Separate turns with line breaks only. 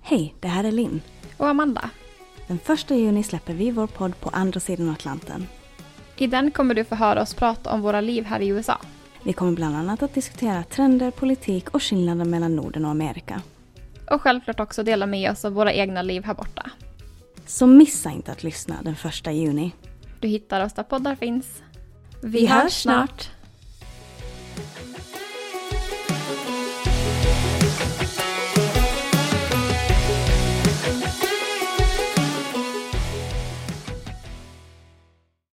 Hej, det här är Linn.
och Amanda.
Den 1 juni släpper vi vår podd På andra sidan Atlanten.
I den kommer du få höra oss prata om våra liv här i USA.
Vi kommer bland annat att diskutera trender, politik och skillnaden mellan Norden och Amerika.
Och självklart också dela med oss av våra egna liv här borta.
Så missa inte att lyssna den 1 juni.
Du hittar oss där poddar finns.
Vi hörs snart.